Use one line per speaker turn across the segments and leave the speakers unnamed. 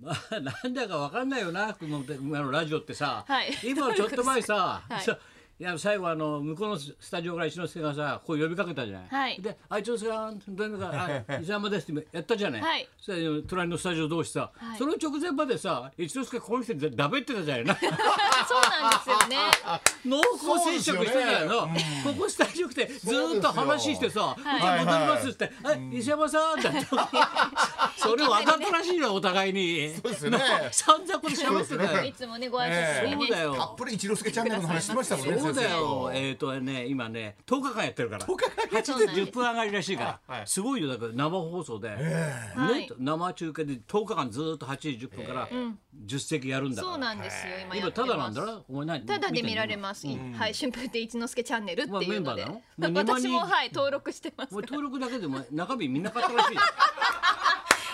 まあ、 なんだかわかんないよな熊本あのラジオってさ、
はい
今ちょっと前さ、
はい
さいや最後あの向こうのスタジオから一之輔がさこう呼びかけたじゃない、
はい
で「あ一之輔さんどういうのかあ 伊沢山です」ってやったじゃない、
はい
そしたら隣のスタジオ同士さ、
はい
その直前までさ一之輔この人でだべってたじゃ ないな
そうなんですよね。
濃厚接触してたじゃないの、ここスタジオ来てずーっと話してさ「じゃあ戻ります」って「あ伊沢山さん」 って言ってそれ分かったらしいのよお互いに。
そうですよね。
散々これ喋ってたよ。
いつもねご挨拶に
そう
ね
だ。
たっ
よ。
ぷり一之輔チャンネルの話してましたもんね。
そうだ
先
よ。
生
えっ、とね、今ね、10日間やってるから。10
日間
8で10分上がりらしいか
はいは
ら。
い
すごいよ、だから生放送で。
は
ね
い、
生中継で10日間ずっと8時10分から10席やるんだから。
そうなんですよ今や
今
って
ただなんだ
ます。
ろお前何。
ただで見られますす。はい春風亭一之輔チャンネルっていうので
まあメンバーなの
私も
もう二万人
はい登録してます
お。前登録だけでも中身みんな買った らしいよ。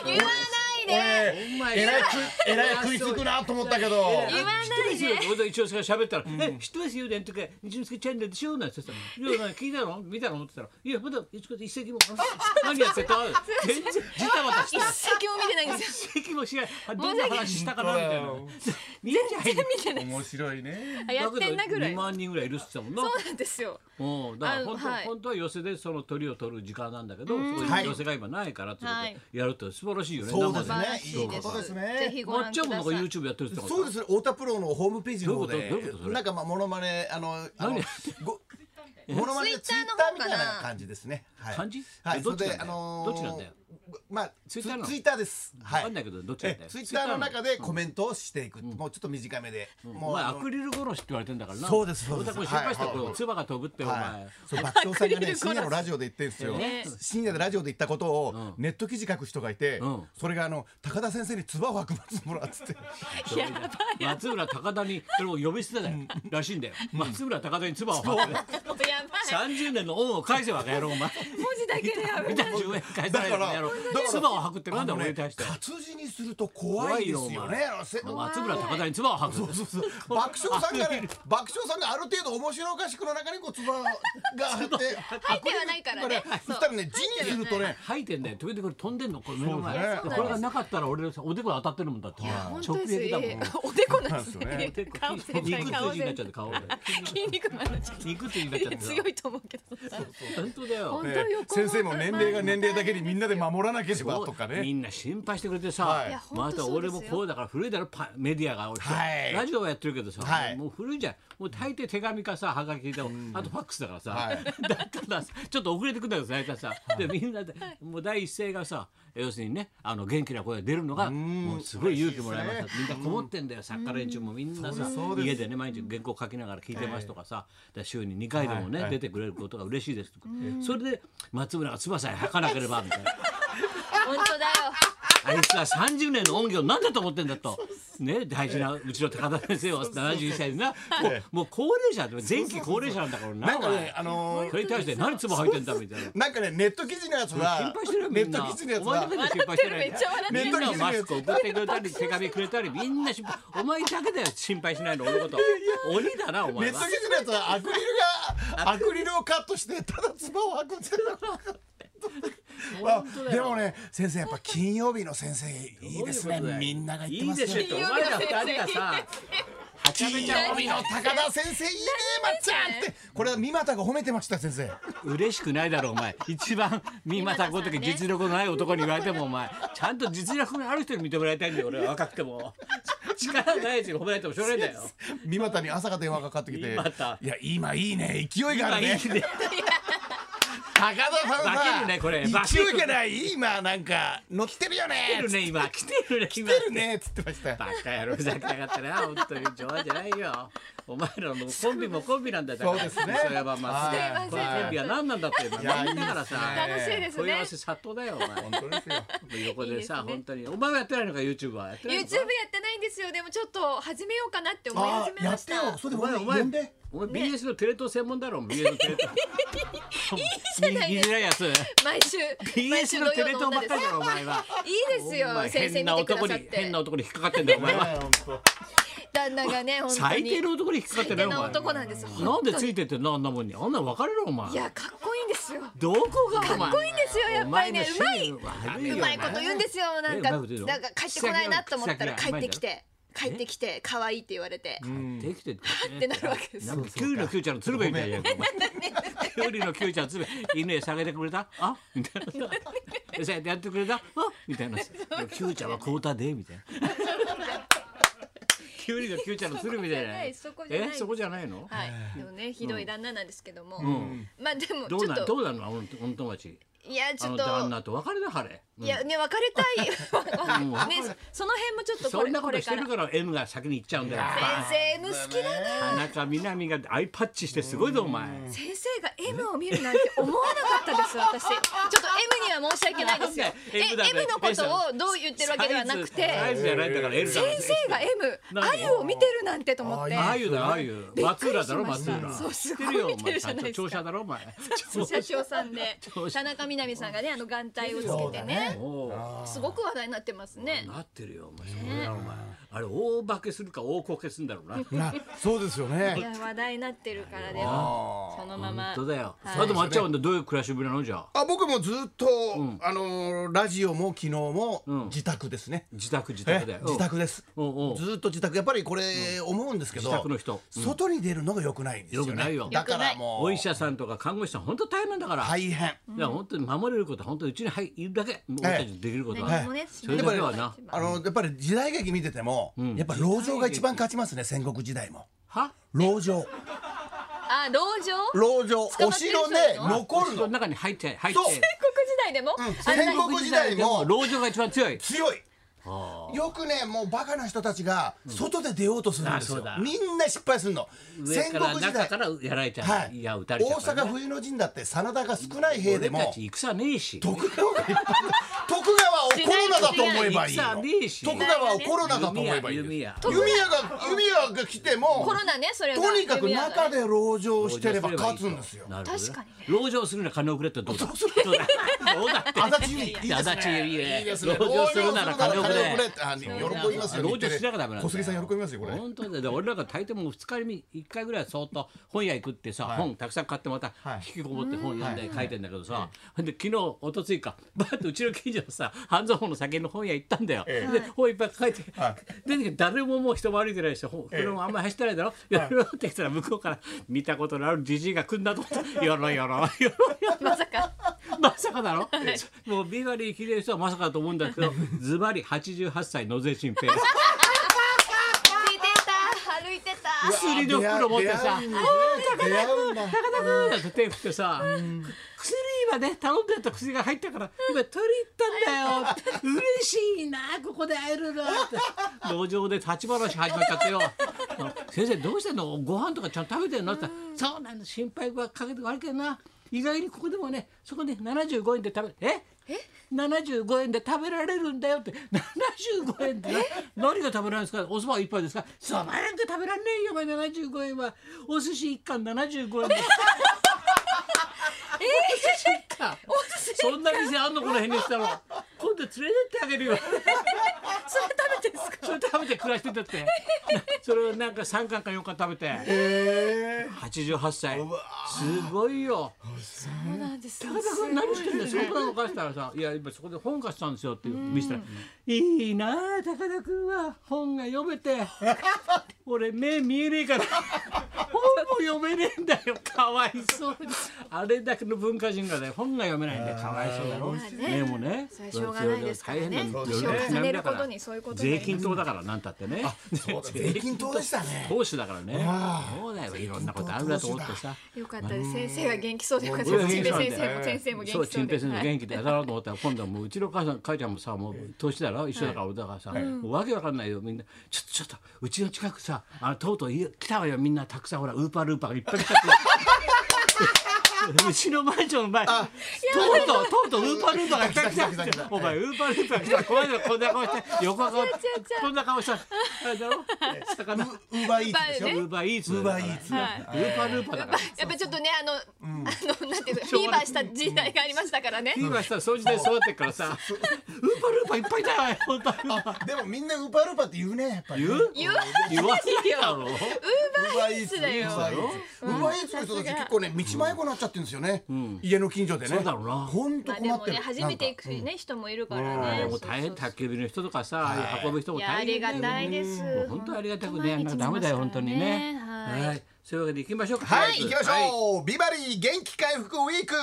言わないで。
お前
えらいく、えらい食いつくなと思ったけど。
言わないで。
俺と一之輔が喋ったら「え知ってますよ」なんとか「一之輔チャンネルでしょ」なんて言ってたの「いやなんか聞いたの見たの?」って言ったら「いやまだ一之輔一席もあ何やってた?」全然ジタバタして
一席も見てないんですよ。
一席もしないあどんな話したかなみたいな見えない
全然見てない。
面白いね。
あやってんなぐらい。
2
そ
万人ぐらいいるって言ってたもんな
うなんですよ。
うん、だから本当,、
あのはい
本当は寄せでその鳥を取る時間なんだけど、そう
はいいう
寄せが今ないからってこと
はい
でやるって素晴らしいよね。
そうです
素
ね
晴らしい
いいことですね
ぜひご
ま
覧
っ
く
ちゃ
だ
んも
さ
ないんか。YouTube やってるって言って
そう
た
で
か
すね。太田プロのホームページの方
どういうこと
で
どういうことそれ
なんかまあモノマネあのあのごモノマネツ
ツ
イ
イ
ッ
ッ
タ
タ
ー
ー
み
の方
た
かない
な感じですね。はい
感じ
はい。
どっちなんだよ
それであのー
どっちなんだよ。
まあツ
ツイッターなの
ツイッターです。は
ら。
い
わかん。ないけどどっちなんだよ。
ツイッターの
ツイッ
中でコメントをしていく。もうちょっと短めで。
ターの
も
お
う
前
あ
ア
の
クリル殺しって言われてんだからな。
そうですそうです
俺だからこれ失敗した
はい
こ
は
れ
い
唾が飛ぶってお前。
はい、そう爆笑さんが
アクリル
ね
コラ
深夜のラジオで言ってるんですよ、
ね
深夜でラジオで言ったことをネット記事書く人がいて、
うん
それがあの高田先生に唾を吐くまつもらうっつって
やばい。
松浦高田にそれを呼び捨てだよ。らしいんだよ。松浦高田に唾を吐いて。
もうやばい。
30年の恩を返せばやろうお前。
文字だけでやばい。
見た10円返さないよ
だから
やろう
だから。
唾を吐くって なんだ
あの
俺
ね
に対して。
活字にすると怖いですよ
怖い
ね
よ
あのせそう
松村高田に唾を吐く。
そうそう爆笑さん がね爆笑さんがある程度面白おかしくの中にこう唾があ って
入ってはないからね。
そしたらね字にするとね
吐いてんだよ。時々これ飛んでんのこれ目の前。
そうですね
これがなかったら俺のさおでこに当たってるもんだって。
本当
直
です
撃だ
よ。
もん。
えーおでこなんです
そうなん
ね
で。
顔全体
肉
顔
筋になっ
全
ちゃって
体。
顔で。
筋肉マンのちゃっ
肉筋になっちゃって
て
さ
強いと思うけど。
本当だよ。
本当よこの
先生も年齢が年齢だけにみんなで守らなければとか
み
ね
んな心配してくれてさ、
はいいや
ま
本当
た
そうで
俺
すよ
もこうだから古いだろパメディアが俺、
はい
ラジオはやってるけどさ、
はい
もう古いじゃんもう大抵手紙かさはがきで、あとファックスだからさ、
は い
だからさちょっと遅れてくんだけどさ大体さ、でみんなでもう第一声がさ要するにねあの元気な声が出るのがもうすごい勇気もらいました、
嬉
みんなこもってんだよ作家連中もみんなさ、
そうです
家でね毎日原稿書きながら聞いてますとかさ、で週に2回でもね、
はい
出てくれることが嬉しいですとか、それで松村が翼へ吐かなければみたいな。
本当だよ。
あいつは30年の恩義を何だと思ってんだと。ね、大事なうちの高田先生は71歳でな、もうもう高齢者で前期高齢者なんだからな、
なんか
お前
ねあのー
それに対して何つば吐いてんだみたいな。
なんかねネット記事のやつは
心配してるよ
ネ
み
ッ
んな。
ト記事のやつ
お前
は
だけで心配してない
笑ってるめっちゃ笑って
る
みんなマスク送ってくれたり手紙くれたりみんな心配お前だけだよ心配しないの俺のこと鬼だなお
ネ
前
ット
は
記事のやつはアクリルがアクリルをカットしてただ唾を吐くっていうのあでもね先生やっぱ金曜日の先生いいですね
どういうことだよ
みんなが
い
言って
いで
ます
しょ
よ
ってお前ら二人がさはちゃめ
金
ちゃ
曜日の高田先生いいねまっちゃんってこれは三股が褒めてました先生
嬉しくないだろお前一番三股ごとき実力のない男に言われてもお前ちゃんと実力のある人に認められたいんだよ俺は若くても力ないやつに褒められてもしょうがないんだよ
三股に朝が電話がかかってきて
三股
いや今いいね勢いがあるね
今いいね
高田さん
化け
さ
るねこれ化ける
勢いがない今なんか乗ってるよ
来て
ね
るね今来てるね今
乗ってるねっつってましたよ
バカ野郎ふざけやがってな本当に冗談じゃないよお前らのコンビもコンビなんだよだから
そうですね
磯山松
は
田
い
このコンビは何なんだって今
いや
みんなからさ
いい
楽しいです
問い合
ね
わ。せ殺到だよお前
本当ですよ
横でさ
いいですね
本当にお前はやってないのか YouTube はやって
YouTube
な
や
い
っ
のか
てないんですよ。でもちょっと始めようかなって思い始めました。
あーやってよそれ
お
で
前
俺
お前
呼んで
お前 BS のテレ東専門だろ BS のテレ東いい
じゃ ないですか
づらいやつ
毎週
BS のテレ東ばっかりだろお前はい
いですよ
お前
先生
変
見
な
てくだ
男
さっ
に変
て
な男に引っかかってんだよお前は
旦那がね本当
最
に
低の男に引っかかって
最
ない
低
お前
な
な
男なんです本当
んでついてってんだあんなもんにあんなの別れろお前
いやかっこいいんですですよ。
どこがお前
かっこいいんですよやっぱりね
お前の趣味悪
う
よ
まいこと言うんですよなん
えう
か
まいこと言うの
なんか帰ってこないなと思ったら
口先
帰
が
ってきて帰ってきて可愛いって言われて
うん
できてる
ってなるわけです
なんかキュウリのキュウちゃんの鶴瓶みたいやん。キュウリのキュウちゃんの鶴瓶犬へ下げてくれた？あみたいな。餌やってやってくれた？あみたいな。キュウちゃんはこうたでみたいな。キュウリのキュウちゃんの鶴瓶みたいな。え
そこじゃない
そこじゃないの？
はいでもねひどい旦那なんですけども
ん
まあでもち
どう
ょっ
なんど
と
うなのあのお友達？
いやち
あの
ょっ
旦
と
那と別れだあれ。うん
いやね別れたいねその辺もちょっとこ
そ
れ
んな
こ
こと
れ
して
か
る
ら
から M が先に行っちゃうんだよ。
先生 M 好きだな
田中みな実がアイパッチしてすごいぞお前。
先生が M を見るなんて思わなかったです私ちょっと M には申し訳ないですよ
なん
え
で M だね
M のことをどう言ってるわけではなくて
サイズじゃないんだから L だ
先
から
生が M
なんで
鮎を見てるなんてと思って
ああいうだあゆ
びっ
松
くり
浦
し
だろ
まし
松
た
浦
そうすご
知っ
い
てるよ
見てるじゃない
お前
です
庁
か
舎だろお前
社長さ んで
そう
田中みな実さんがねあの眼帯をつけてね
おう
すごく話題になってますね
なってるよお前そんなお前あれ大化けするか大こけするんだろうな本
なそうですよ
い
ね
や話題になってるからで
あ
も
ー
そのまま
当だよ
はい
あとまっちゃんはどういう暮らしぶりなのじゃあ
あ僕もずっと、あのーラジオも昨日も
ん
自宅ですね、
自宅自
え
宅だよ
自宅です、
うんうん
ずっと自宅やっぱりこれ思うんですけど、
自宅の人うん
外に出るのが良くないんですよね
良くないよ
だからもう
お医者さんとか看護師さん本当大変なんだからだか
大変
ら本当に守れることは本当にうちに入いるだけもう俺たちできることは
何もね
それだけはな
あのやっぱり時代劇見てても、やっぱ老城が一番勝ちますね戦国時代も
は
老城
あ老女戦
老城
捕
お
まってる
城
人
ね
いるの
残る
その
の
中に入って入っ
そう
て
国時代でもあれ
戦国時代も
老女が一番強い
強いよくねもうバカな人たちが外で出ようとするんです
あ
よ、
そうだ
みんな失敗するの
上
戦
から
国時
中
代
からやられちゃう、、
はいい、
や
大
打たれちゃうから
阪
ね、
冬の陣だって真田が少ない兵で
俺た
も
ち戦ねえし
徳川がいっぱい徳川をコロナだと思えばいい
戦
の
ねえし
徳川をコロナだと思えばいいの
弓
弓
矢
矢が弓矢が来ても
コロナねそれは
とにかく中で籠城してれば
籠城
勝つんですよ
なるほどね
確かにね
籠城するなら金をくれってどうだそうだどうだって
足立にいいですね
足立にいいね
いいですね
籠城するなら金をくれ
籠城するなら金をくれあ喜びますよ
籠城しなきゃダメなんだよ
小杉さん喜びますよこれ
本当だよ俺なんか大抵もう2日に1回ぐらいはそーっと本屋行くってさ、本たくさん買ってまた
はい
引きこもって本読んで書いてんだけどさ、ほんで昨日一昨日かバーッとうちの近所のさ半蔵門の先の本屋行ったんだよ、
え
で本いっぱい書いて、
は
出てきて誰ももう人も歩いてないし本車もあんまり走ってないだろ、よろよろってきたら向こうから見たことのあるじじいが来んだと思 ってよろよろよろ
まさか
まさかだろ、もうビバリー綺麗な人はまさかだと思うんだけ どズバリ88歳野瀬新平
聞いてた歩いてた
薬の袋持ってさ
出会うんだ
なんか手振ってさ薬今ね頼んでた薬が入ったから今取り行ったんだよ嬉しいなここで会えるなって路上で立ち話始まっちゃってよ先生どうしてんのご飯とかちゃんと食べてるのって言ったらそうなんだ心配はかけて悪けどな意外にここでもねそこで75円で食べええ75円で食べられるんだよって75円で何が食べられるんですかおそば一杯ですかそばなんか食べられないよお前75円はお寿司一貫75円でかそんな店あんのこの辺にしたら今度連れてってあげるよ
それ食べてんすか
それ食べて暮らしてたってそれをなんか3巻か4巻食べて
え
88歳すごいよ
そうなんです
高田君何してんだよそこなのかしたらさ「いや今そこで本貸したんですよ」って見せたら「いいなあ高田君は本が読めて 俺目見えねえから本も読めねえんだよかわいそうにあれだけの文化人がね本が読めないんでかわいそうだろ
まあね
目もね
それはしょうがないですからね
大変だよ
年を重ねることにそういうことにな
税
りま
金
す
党だからなんたってね
そうだ税金党でしたね
党首だからね
あ
そうだよいろんなことあるなと思ってさ
よかったです先生が元気そうでよかった
俺
で
は
すち
元気
んぺ
なんだよ
先生も先生も
そ
元
う、
気そ
チ
う
ンペ
で
イ先生元気でやだなと思ったら、今度はもううちの母さん、母ちゃんもさ、もう年だろ、一緒だから、俺だからさ、もうわけわかんないよ、みんな。ちょっと、ちょっと、うちの近くさ、あの、とうとう家来たわよ、みんな、たくさん、ほら、ウーパールーパーがいっぱい来たって。うちのマンションの前とうとうとうとうウーパールーパーが来た来た
来た来た来た
お前ウーパールーパー来たこの間こんな顔して横顔こんな顔したあれだろ魚ウ
ウーバーイーツでしょ
ね
ーバーイーツ
ウーバーイーツ
ウーパールーパーだから
やっぱりちょっとねあの、あのなんていうのフィーバーした時代がありましたからね。
ピーマンしたら掃除で育ってっからさ、ウーパールーパーいっぱいいたよ、本当に。
でもみんなウーバールーバーって言うねやっぱり
言
ね
う
言わ
言わないだろ
ウーバーイーツ
だよ
ウーバーイーツの人たち結構ね道迷子になっちゃってって言うんですよね、家の近所でね
そうだろうな
本当
まあで
困っ
も
て
ね
る、
初めて行く
なんか
ね人もいるか
うん
ら
い
ね。
や
もう大変
そうそう
宅急便の人とかさ、運ぶ人
い
も
やあ
大
り
変だ
が
よね
たいです。
もう本当にありがたくね、
毎
なん
日
かダメだよ本当にね。
はい。
はい、そういうわけで行きましょうか。
はい、
と
行
り
き
あ
ま
え
し
ず
ょう、ビバリー元気回復ウィーク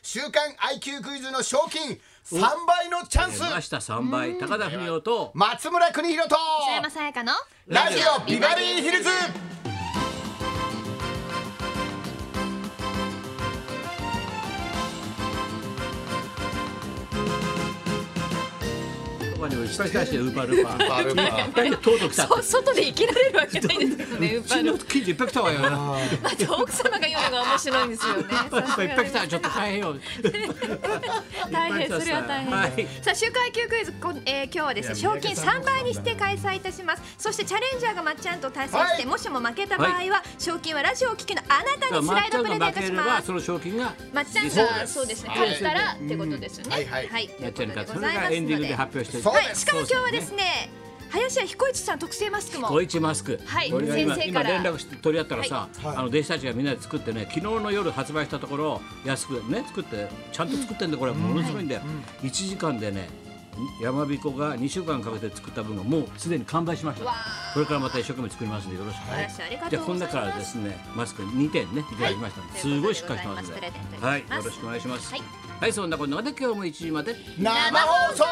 週刊 IQ クイズの賞金3倍のチャンス
はい出ました三倍高田文夫と
松村邦弘と
磯山さやかの
ラジオビバリーヒルズ
他にもいっぱい来たしウーパールーパー。とうとう来たって。
そ外で生きられるわけないですよね。ウ
う
ーパ
ち
ー
の
の。
近所いっぱい来たわよ。
また奥様が言うのが面白いんですよね。
いっぱい来たちょっと大変よ。
大変それは大変。
はい
さあ週間級クイズ、こえー、今日はですね
いや
賞金3倍にして開催いたしますそしてチャレンジャーがまっちゃんと対戦して、
はい
もしも負けた場合は、
は
賞金はラジオを聞きのあなたにス
まっ
ライ
ちゃん
ドプレゼ
が
ン
負
ト
け
し
れば
ます
その賞金が
まっちゃん
そうで
が
す
そうですね
はい
勝ったらってことですよね
はいはい
と
やっ
いう
ちゃう
こ
か
とで
らそ
ご
れ
ざいま
が
す
エンディン
の
グで
で
発表して
そう
はいしかも今日はですね林家彦一さん特製マスクも
小一マスク、
はい
これが今
先生か
今
ら
連絡して取り合ったらさ、
はい
あの弟子たちがみんなで作ってね昨日の夜発売したところ安くね作ってちゃんと作ってんでこれものすごいんだよ、1時間でねやまびこが2週間かけて作った分がもうすでに完売しました
わ
これからまた一生懸命作りますんでよろしく、
はいありが
じ
と
ゃあ
う
こ
ご
の
ざいます
中からですねマスク2点ねいただきましたんで、
はい
すごいしっかりしてますん
ということでございますプレゼントい
で
たします
はいよろしくお願いします
はい
はい、そんなこんなで今日も1時まで
生放送